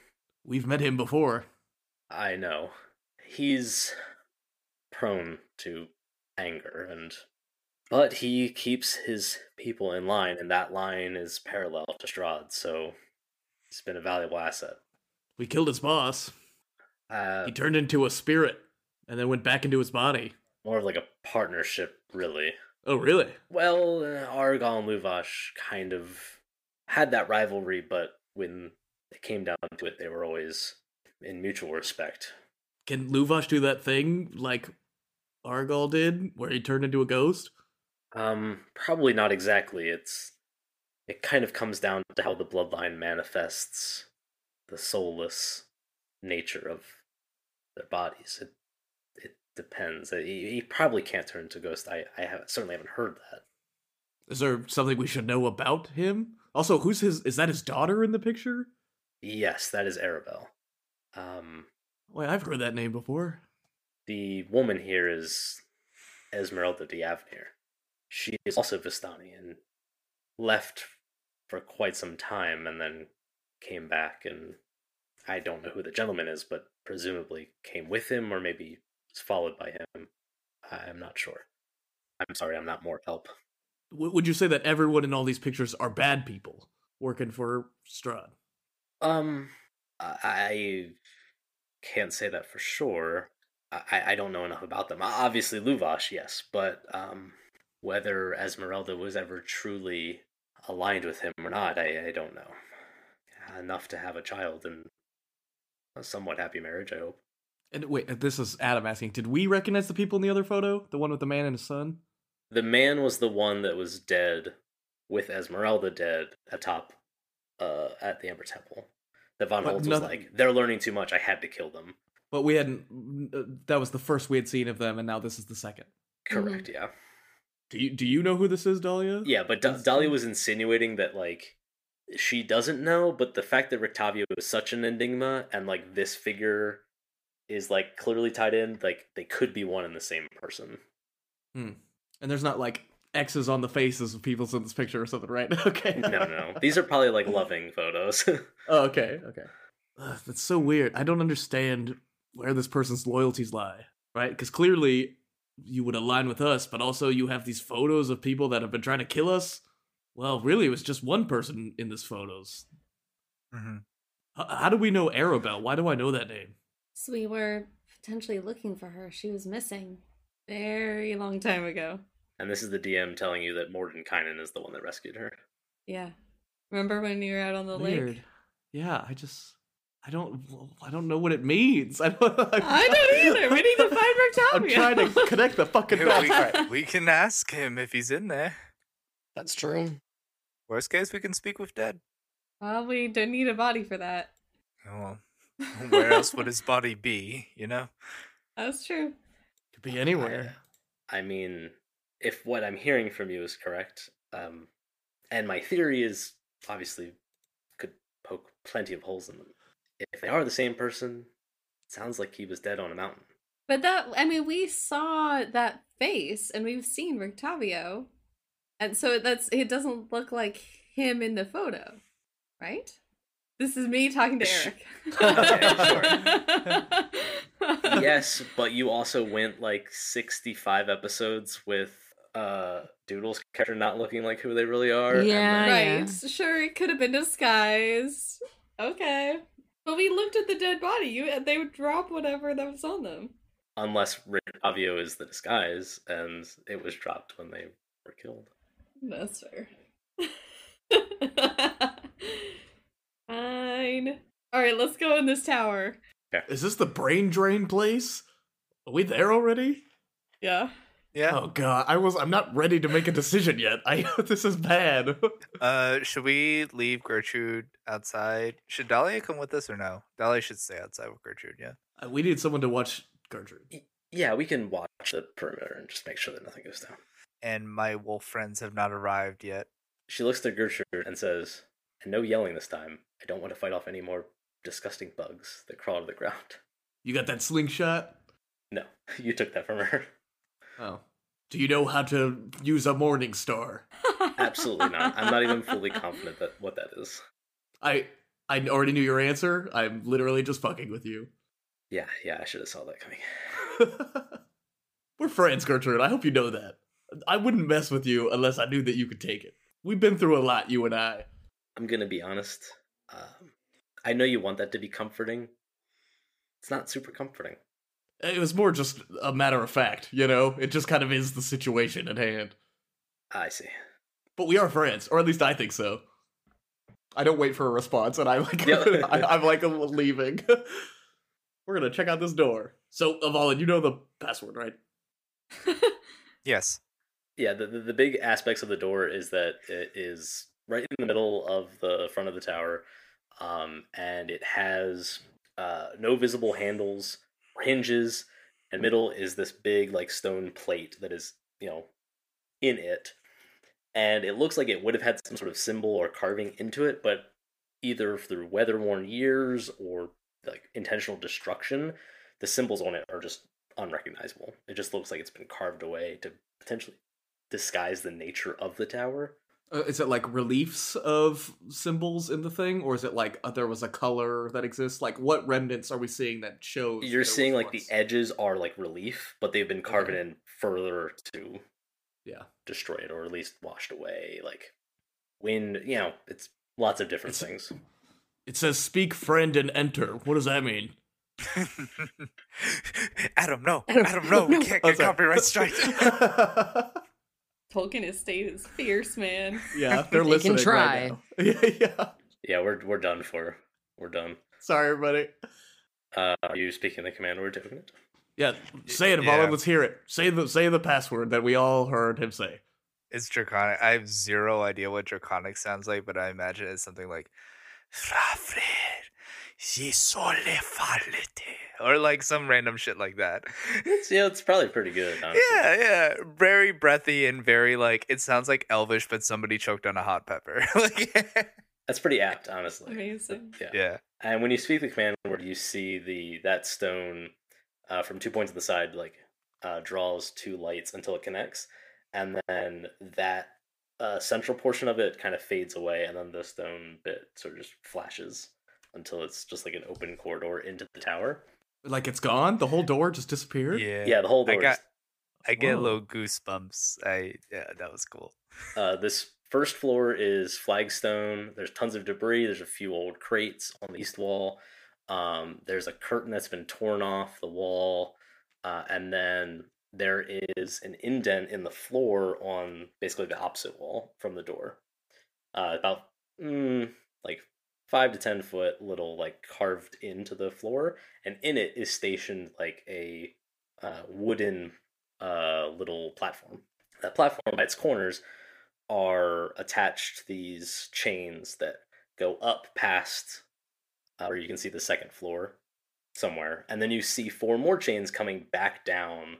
We've met him before.
I know. He's prone to anger and but he keeps his people in line and that line is parallel to Strahd, so he's been a valuable asset.
We killed his boss.
Uh,
He turned into a spirit and then went back into his body.
more of like a partnership, really.
Oh, really?
Well, uh, Argal and Luvash kind of had that rivalry, but when it came down to it, they were always in mutual respect.
Can Luvash do that thing like Argal did, where he turned into a ghost?
Um, probably not exactly. It's it kind of comes down to how the bloodline manifests the soulless nature of their bodies. It it depends. Uh, He, he probably can't turn into ghost. I I have, certainly haven't heard that.
Is there something we should know about him? Also, who's his? Is that his daughter in the picture?
Yes, that is Arabelle. Um,
Wait, I've heard that name before.
the woman here is Esmeralda Diavnir. She is also Vistani and left for quite some time and then came back and I don't know who the gentleman is, but presumably came with him or maybe was followed by him. I- I'm not sure. I'm sorry, I'm not more help.
W- would you say that everyone in all these pictures are bad people working for Strahd?
Um, I- I can't say that for sure. I- I, I don't know enough about them. O- Obviously, Luvash, yes, but um, whether Esmeralda was ever truly aligned with him or not, I, I don't know. Enough to have a child and a somewhat happy marriage, I hope.
And wait, uh, this is Adam asking. Did we recognize the people in the other photo? The one with the man and his son?
The man was the one that was dead with Esmeralda dead atop uh, at the Ember Temple. That Von
But
Holtz was
nothing-
like, they're learning too much. I had to kill them.
But we hadn't. Uh, that was the first we had seen of them, and now this is the second.
Correct, yeah.
Do you do you know who this is, Dahlia?
Yeah, but da- Dahlia was insinuating that like she doesn't know, but the fact that Rictavio is such an enigma and like this figure is like clearly tied in, like they could be one and the same person.
And there's not like X's on the faces of people in this picture or something, right? Okay.
No, no, these are probably like loving photos.
Oh, okay, okay. Ugh, that's so weird. I don't understand where this person's loyalties lie, right? Because clearly you would align with us, but also you have these photos of people that have been trying to kill us. Well, really, it was just one person in these photos.
Mm-hmm.
H- how do we know Arabelle? Why do I know that name?
So we were potentially looking for her. She was missing very long time ago.
and this is the DM telling you that Mordenkainen is the one that rescued her.
Yeah. Remember when you were out on the lake?
Yeah, I just. I don't. I don't know what it means. I don't. I'm
I don't either. We need to
I'm
find
trying
Rectavia.
to connect the fucking dots.
we,
All right.
we can ask him if he's in there.
That's true.
Worst case, we can speak with dead.
well, we don't need a body for that.
Oh, Well, where else would his body be? You know.
That's true.
Could be anywhere.
I mean, if what I'm hearing from you is correct, um, and my theory is obviously could poke plenty of holes in them. If they are the same person, sounds like he was dead on a mountain.
But that, I mean, we saw that face and we've seen Rictavio. And so that's, it doesn't look like him in the photo, right? This is me talking to
Sh-
Eric.
Okay,
yes, but you also went like 65 episodes with uh Doodle's character not looking like who they really are. and
Yeah.
then-
Right. Sure, it could have been disguised. Okay. But we looked at the dead body. You they would drop whatever that was on them.
unless Rick Avio is the disguise, and it was dropped when they were killed.
That's fair. Fine. All right, let's go in this tower.
Is this the brain drain place? Are we there already?
Yeah.
Yeah.
Oh god, I was I'm not ready to make a decision yet. I this is bad.
Uh, should we leave Gertrude outside? Should Dahlia come with us or no? Dahlia should stay outside with Gertrude. Yeah.
Uh, we need someone to watch Gertrude.
Yeah, we can watch the perimeter and just make sure that nothing goes down.
And my wolf friends have not arrived yet.
She looks to Gertrude and says, and no yelling this time. I don't want to fight off any more disgusting bugs that crawl to the ground.
You got that slingshot?
No, you took that from her.
Oh. Do you know how to use a morning star?
Absolutely not. I'm not even fully confident that what that is.
I I already knew your answer. I'm literally just fucking with you.
Yeah, yeah, I should have saw that coming.
We're friends, Gertrude. I hope you know that. I wouldn't mess with you unless I knew that you could take it. We've been through a lot, you and I.
I'm gonna be honest. Um, I know you want that to be comforting. It's not super comforting.
It was more just a matter of fact, you know? It just kind of is the situation at hand.
I see.
But we are friends, or at least I think so. I don't wait for a response, and I like
Yeah.
I, I'm like leaving. We're gonna check out this door. So, Avalon, you know the password, right?
Yes.
Yeah, the, the the big aspects of the door is that it is right in the middle of the front of the tower, um, and it has uh, no visible handles or hinges. And middle is this big like stone plate that is you know in it, and it looks like it would have had some sort of symbol or carving into it, but either through weather worn years or like intentional destruction, the symbols on it are just unrecognizable. It just looks like it's been carved away to potentially disguise the nature of the tower.
Uh, is it like reliefs of symbols in the thing, or is it like uh, there was a color that exists? Like, what remnants are we seeing that shows?
You're
there was
seeing like the
once?
edges are like relief, but they've been carved
Okay.
in further to
Yeah.
destroy it or at least washed away. Like wind, you know, it's lots of different
It's-
things.
It says "Speak, friend, and enter." What does that mean?
Adam, no.
Adam,
Adam, no.
no.
We can't
Oh,
get
sorry.
copyright strike.
Tolkien estate is fierce, man.
yeah, they're listening. right
try.
now. yeah, yeah.
Yeah, we're we're done for. We're done.
Sorry, everybody.
Uh, are you speaking the command word to open it?
Yeah, say it, Avalon.
Yeah.
Let's hear it. Say the say the password that we all heard him say.
It's draconic. I have zero idea what draconic sounds like, but I imagine it's something like Rafrir Yisole Falete," or like some random shit like that.
It's, yeah, it's probably pretty good. Honestly.
Yeah, yeah. Very breathy and very like it sounds like Elvish, but somebody choked on a hot pepper. like,
that's pretty apt, honestly.
Amazing.
Yeah.
yeah.
And when you speak the command word, you see the that stone uh, from two points of the side, like uh, draws two lights until it connects, and then that uh, central portion of it kind of fades away, and then the stone bit sort of just flashes until it's just like an open corridor into the tower.
Like it's gone. The whole door just disappeared.
Yeah.
Yeah, the whole
I
door.
got-
is-
I get
Whoa.
little goosebumps. I yeah, that was cool.
Uh, this first floor is flagstone. There's tons of debris. There's a few old crates on the east wall. Um, there's a curtain that's been torn off the wall. Uh, and then there is an indent in the floor on basically the opposite wall from the door. Uh, about mm, like five to 10 foot little, like carved into the floor. And in it is stationed like a uh, wooden uh, little platform. That platform by its corners are attached these chains that go up past uh, where you can see the second floor somewhere and then you see four more chains coming back down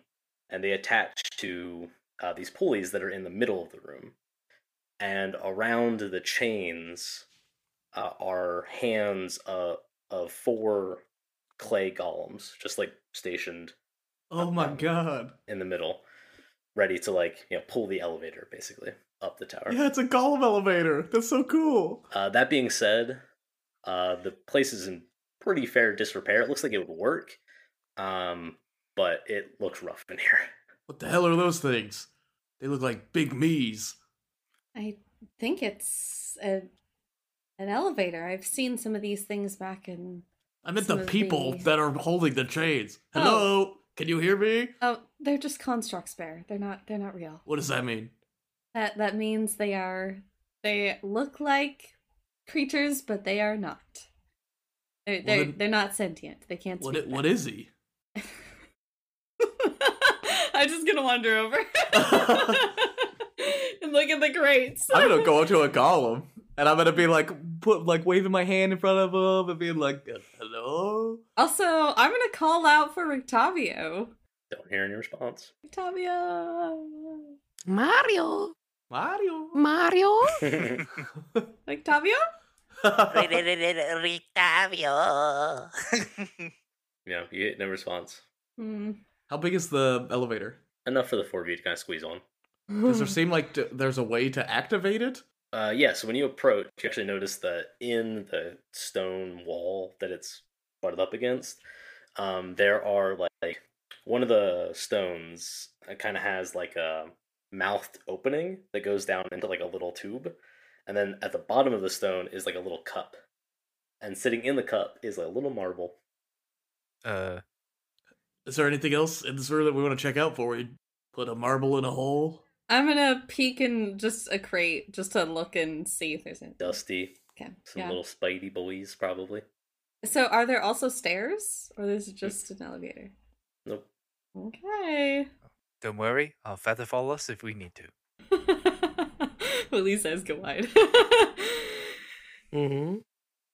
and they attach to uh, these pulleys that are in the middle of the room and around the chains uh, are hands uh, of four clay golems just like stationed
Oh my god.
in the middle ready to like you know pull the elevator basically up the tower
Yeah, it's a golem elevator. That's so cool.
Uh, that being said, uh, the place is in pretty fair disrepair. It looks like it would work, um, but it looks rough in here.
What the hell are those things? They look like big me's.
I think it's a, an elevator. I've seen some of these things back in.
I meant the
Smooth
people
bees.
that are holding the chains. Hello, can you hear me?
Oh, they're just constructs, bear. They're not. They're not real.
What does that mean?
That that means they are. They look like creatures, but they are not. They're they're,
then-
they're not sentient. They can't.
What
Speak
i- what is he?
I'm just gonna wander over and look at the crates.
I'm gonna go up to a golem and I'm gonna be like put like waving my hand in front of him and being like, "Hello."
Also, I'm gonna call out for Rictavio.
Don't hear any response.
Rictavio,
Mario,
Mario.
Mario.
That's
Rictavio.
You know, you get no response.
Hmm.
How big is the elevator?
Enough for the four of you to kind of squeeze on.
Does
Hmm.
there seem like t- there's a way to activate it?
Uh, yeah, so when you approach, you actually notice that in the stone wall that it's butted up against, um, there are like one of the stones kind of has like a mouthed opening that goes down into like a little tube, and then at the bottom of the stone is like a little cup, and sitting in the cup is a little marble.
Uh,
Is there anything else in this room that we want to check out before we put a marble in a hole?
I'm gonna peek in just a crate just to look and see if there's anything.
Dusty,
Okay.
some
Yeah.
little spidey boys probably.
So are there also stairs? Or is it just an elevator?
Nope.
Okay.
don't worry, I'll feather fall us if we need to.
well, these eyes go wide.
Mm-hmm.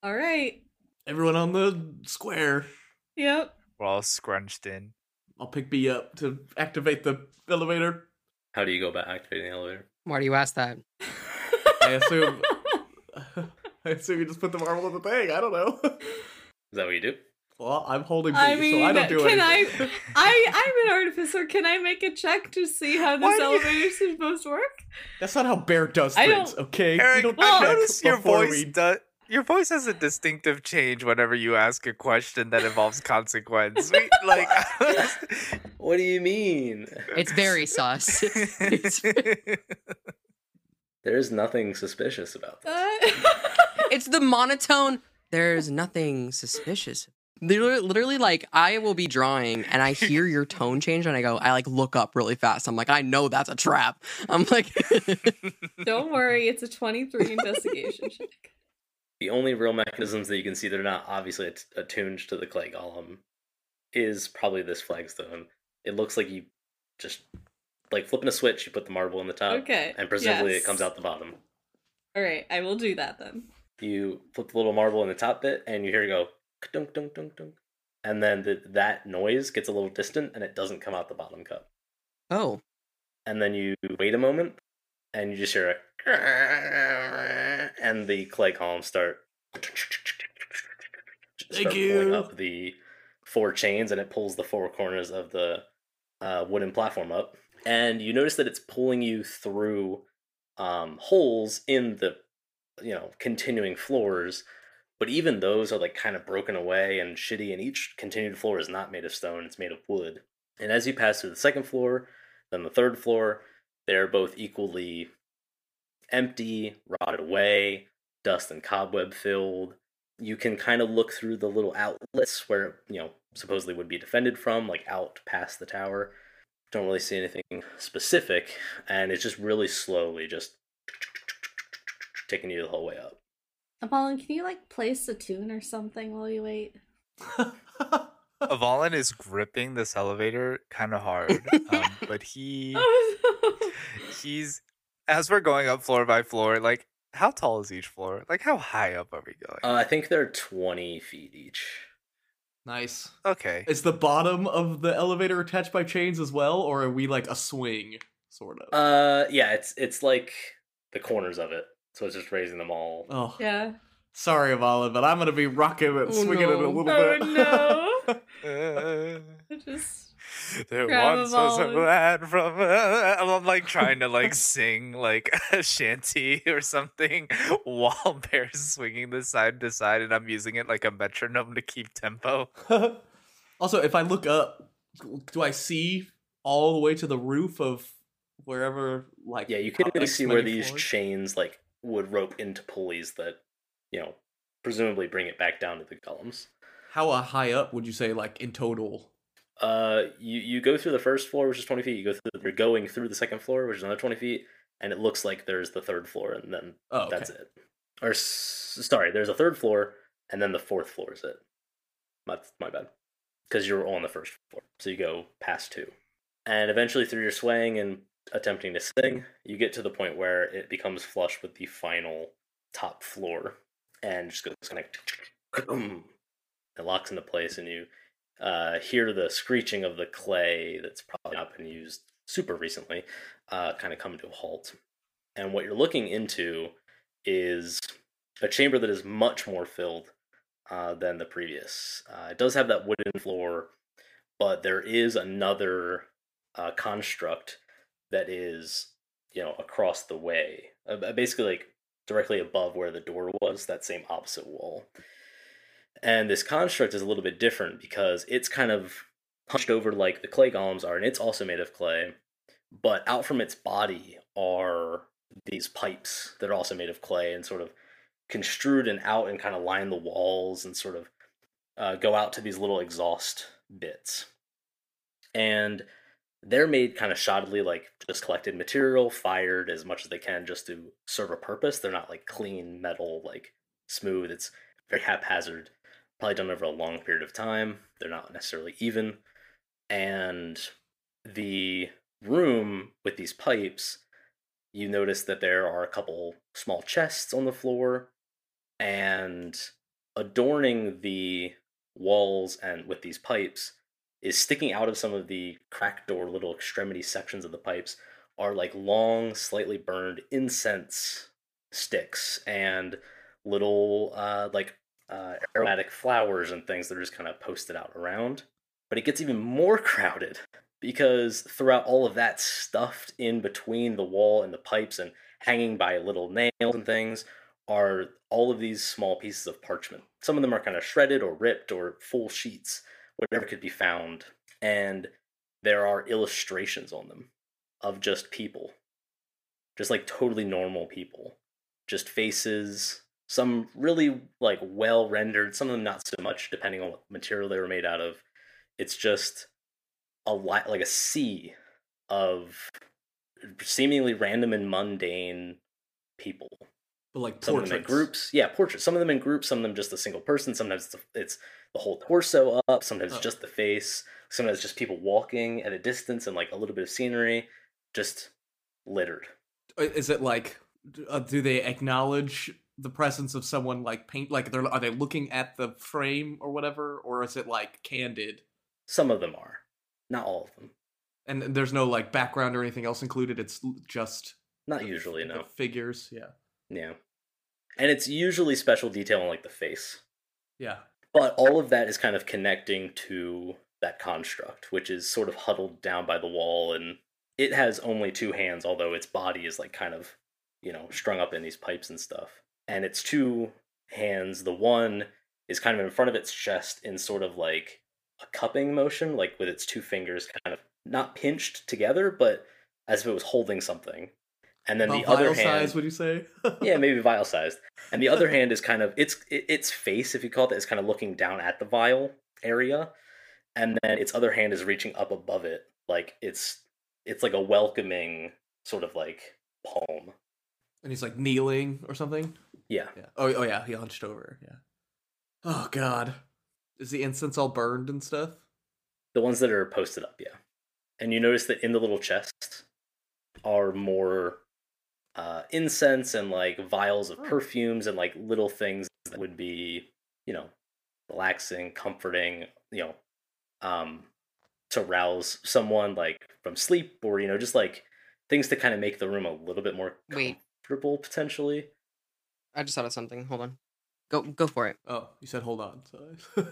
All right.
Everyone on the square.
Yep.
We're all scrunched in.
I'll pick B up to activate the elevator.
How do you go about activating the elevator?
Why do you ask that?
I assume. I assume you just put the marble in the thing. I don't know.
Is that what you do?
Well, I'm holding B,
I
so I
mean,
don't do
can
anything.
I I'm an artificer. Can I make a check to see how
Why
this
do you-
elevator is supposed to work?
That's not how bear does
I
things, okay? We
Eric,
don't
Well-
I
check
notice your
before
voice
we-
does. Your voice has a distinctive change whenever you ask a question that involves consequence. We, like,
What do you mean?
It's very sus. it's,
There's nothing suspicious about this.
Uh,
it's the monotone. There's nothing suspicious. Literally, literally, like I will be drawing and I hear your tone change and I go, I like look up really fast. I'm like, I know that's a trap. I'm like,
don't worry, it's a 23 investigation check.
Uh, the only real mechanisms that you can see that are not obviously at- attuned to the clay golem is probably this flagstone. It looks like you just like flipping a switch, you put the marble in the top,
Okay.
and presumably
yes.
it comes out the bottom.
All right, I will do that then.
You flip the little marble in the top bit, and you hear it go dunk dunk dunk dunk, and then the, that noise gets a little distant, and it doesn't come out the bottom cup.
oh,
And then you wait a moment, and you just hear it, and the clay columns start
Thank
start
you.
pulling up the four chains and it pulls the four corners of the uh, wooden platform up and you notice that it's pulling you through um, holes in the you know continuing floors but even those are like kind of broken away and shitty and each continued floor is not made of stone it's made of wood and as you pass through the second floor then the third floor they're both equally empty rotted away dust and cobweb filled you can kind of look through the little outlets where you know supposedly would be defended from like out past the tower don't really see anything specific and it's just really slowly just taking you the whole way up
Apollon, can you like place a tune or something while you wait?
Avalon is gripping this elevator kind of hard, um, but he he's as we're going up floor by floor. Like, how tall is each floor? Like, how high up are we going?
uh, i think they're 20 feet each
nice.
okay,
Is the bottom of the elevator attached by chains as well, or are we like a swing, sort of?
uh yeah it's it's like the corners of it so it's just raising them all
oh,
yeah.
sorry, Avala, but I'm gonna be rocking it,
Oh,
swinging it a
no.
little
Oh,
bit.
no.
Uh,
I Just
there
Grab
once was a
Avalon.
lad from. and I'm like trying to like sing like a shanty or something while Bear's swinging this side to side, and I'm using it like a metronome to keep tempo.
also, if I look up, do I see all the way to the roof of wherever? Like,
yeah you can
how
really
X
see
many
where these
floors?
chains like would rope into pulleys that you know presumably bring it back down to the columns
how uh, high up would you say, like in total?
Uh, you you go through the first floor, which is twenty feet. You go through. You're going through the second floor, which is another twenty feet, and it looks like there's the third floor, and then
Oh, okay.
that's it. Or s- sorry, there's a third floor, and then the fourth floor is it. My my bad, because you were on the first floor, so you go past two, and eventually through your swaying and attempting to sing, you get to the point where it becomes flush with the final top floor, and just goes kind of. It locks into place, and you uh, hear the screeching of the clay that's probably not been used super recently uh, kind of come to a halt. And what you're looking into is a chamber that is much more filled uh, than the previous. Uh, it does have that wooden floor, but there is another uh, construct that is, you know, across the way, uh, uh, basically like directly above where the door was, that same opposite wall. And this construct is a little bit different because it's kind of hunched over like the clay golems are, and it's also made of clay. But out from its body are these pipes that are also made of clay and sort of construed and out and kind of line the walls and sort of uh, go out to these little exhaust bits. And they're made kind of shoddily, like just collected material, fired as much as they can just to serve a purpose. They're not like clean metal, like smooth. It's very haphazard, probably done over a long period of time. They're not necessarily even. And the room with these pipes, you notice that there are a couple small chests on the floor and adorning the walls and with these pipes is sticking out of some of the cracked door little extremity sections of the pipes are like long slightly burned incense sticks and little uh like uh aromatic flowers and things that are just kind of posted out around but it gets even more crowded because throughout all of that stuffed in between the wall and the pipes and hanging by little nails and things are all of these small pieces of parchment. Some of them are kind of shredded or ripped or full sheets, whatever could be found. And there are illustrations on them of just people, just like totally normal people, just faces, some really like well rendered, some of them not so much, depending on what material they were made out of. It's just a lot like a sea of seemingly random and mundane people
But like
some of them in
portraits.
groups. Yeah, portraits. Some of them in groups. Some of them just a single person. Sometimes it's the, it's the whole torso up. Sometimes
Oh.
just the face. Sometimes just people walking at a distance and like a little bit of scenery, just littered.
Is it like uh, do they acknowledge the presence of someone like paint? Like they're are they looking at the frame or whatever, or is it like candid?
Some of them are, not all of them.
And there's no like background or anything else included. It's l- just
Not
the-
usually,
the
no.
figures. Yeah,
Yeah, and it's usually special detail on like the face.
yeah.
But all of that is kind of connecting to that construct, which is sort of huddled down by the wall, and it has only two hands, although its body is like kind of, you know, strung up in these pipes and stuff. And its two hands, the one is kind of in front of its chest in sort of like a cupping motion, like with its two fingers kind of not pinched together, but as if it was holding something. And then
About
the other
vial
hand,
size, would you say?
yeah, maybe vial sized. And the other hand is kind of its it- its face, if you call it that, is kind of looking down at the vial area, and then its other hand is reaching up above it, like it's it's like a welcoming sort of like palm.
and he's like kneeling or something.
Yeah,
Yeah. Oh, oh yeah, he hunched over. Yeah. Oh God, is the incense all burned and stuff?
the ones that are posted up. Yeah, and you notice that in the little chest are more uh, incense and like vials of perfumes and like little things that would be you know relaxing, comforting, you know, um, to rouse someone like from sleep or you know just like things to kind of make the room a little bit more
Wait.
comfortable potentially.
I just thought of something. Hold on. Go go for it.
Oh, you said hold on. So.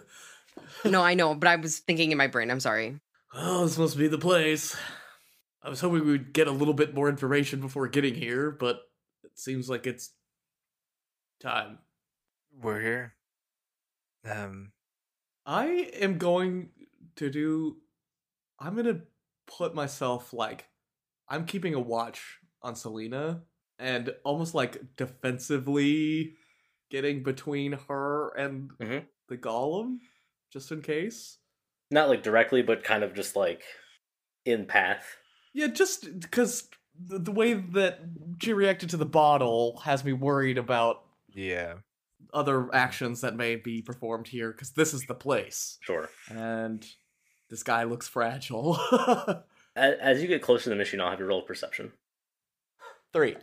No, I know, but I was thinking in my brain. I'm sorry.
Oh, this must be the place. I was hoping we would get a little bit more information before getting here, but it seems like it's time.
We're here. Um,
I am going to do. I'm gonna put myself like. I'm keeping a watch on Selena and almost like defensively getting between her and
Mhm.
the golem just in case.
Not like directly, but kind of just like in path.
Yeah, just because the, the way that she reacted to the bottle has me worried about
yeah.
other actions that may be performed here because this is the place.
Sure.
And this guy looks fragile.
As, as you get closer to the machine, I'll have you roll perception.
Three.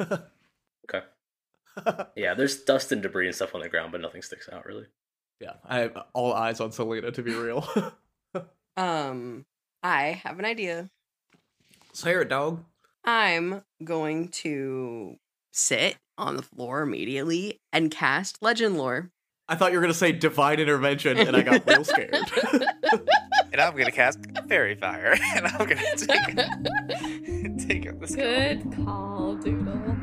Okay. Yeah, there's dust and debris and stuff on the ground, but nothing sticks out really.
yeah, I have all eyes on Selena to be real.
Um, I have an idea.
so here, dog.
I'm going to sit on the floor immediately and cast Legend Lore.
I thought you were gonna say divine intervention, and I got real scared.
And I'm gonna cast fairy fire, and I'm gonna take take out this.
Good call, Doodle.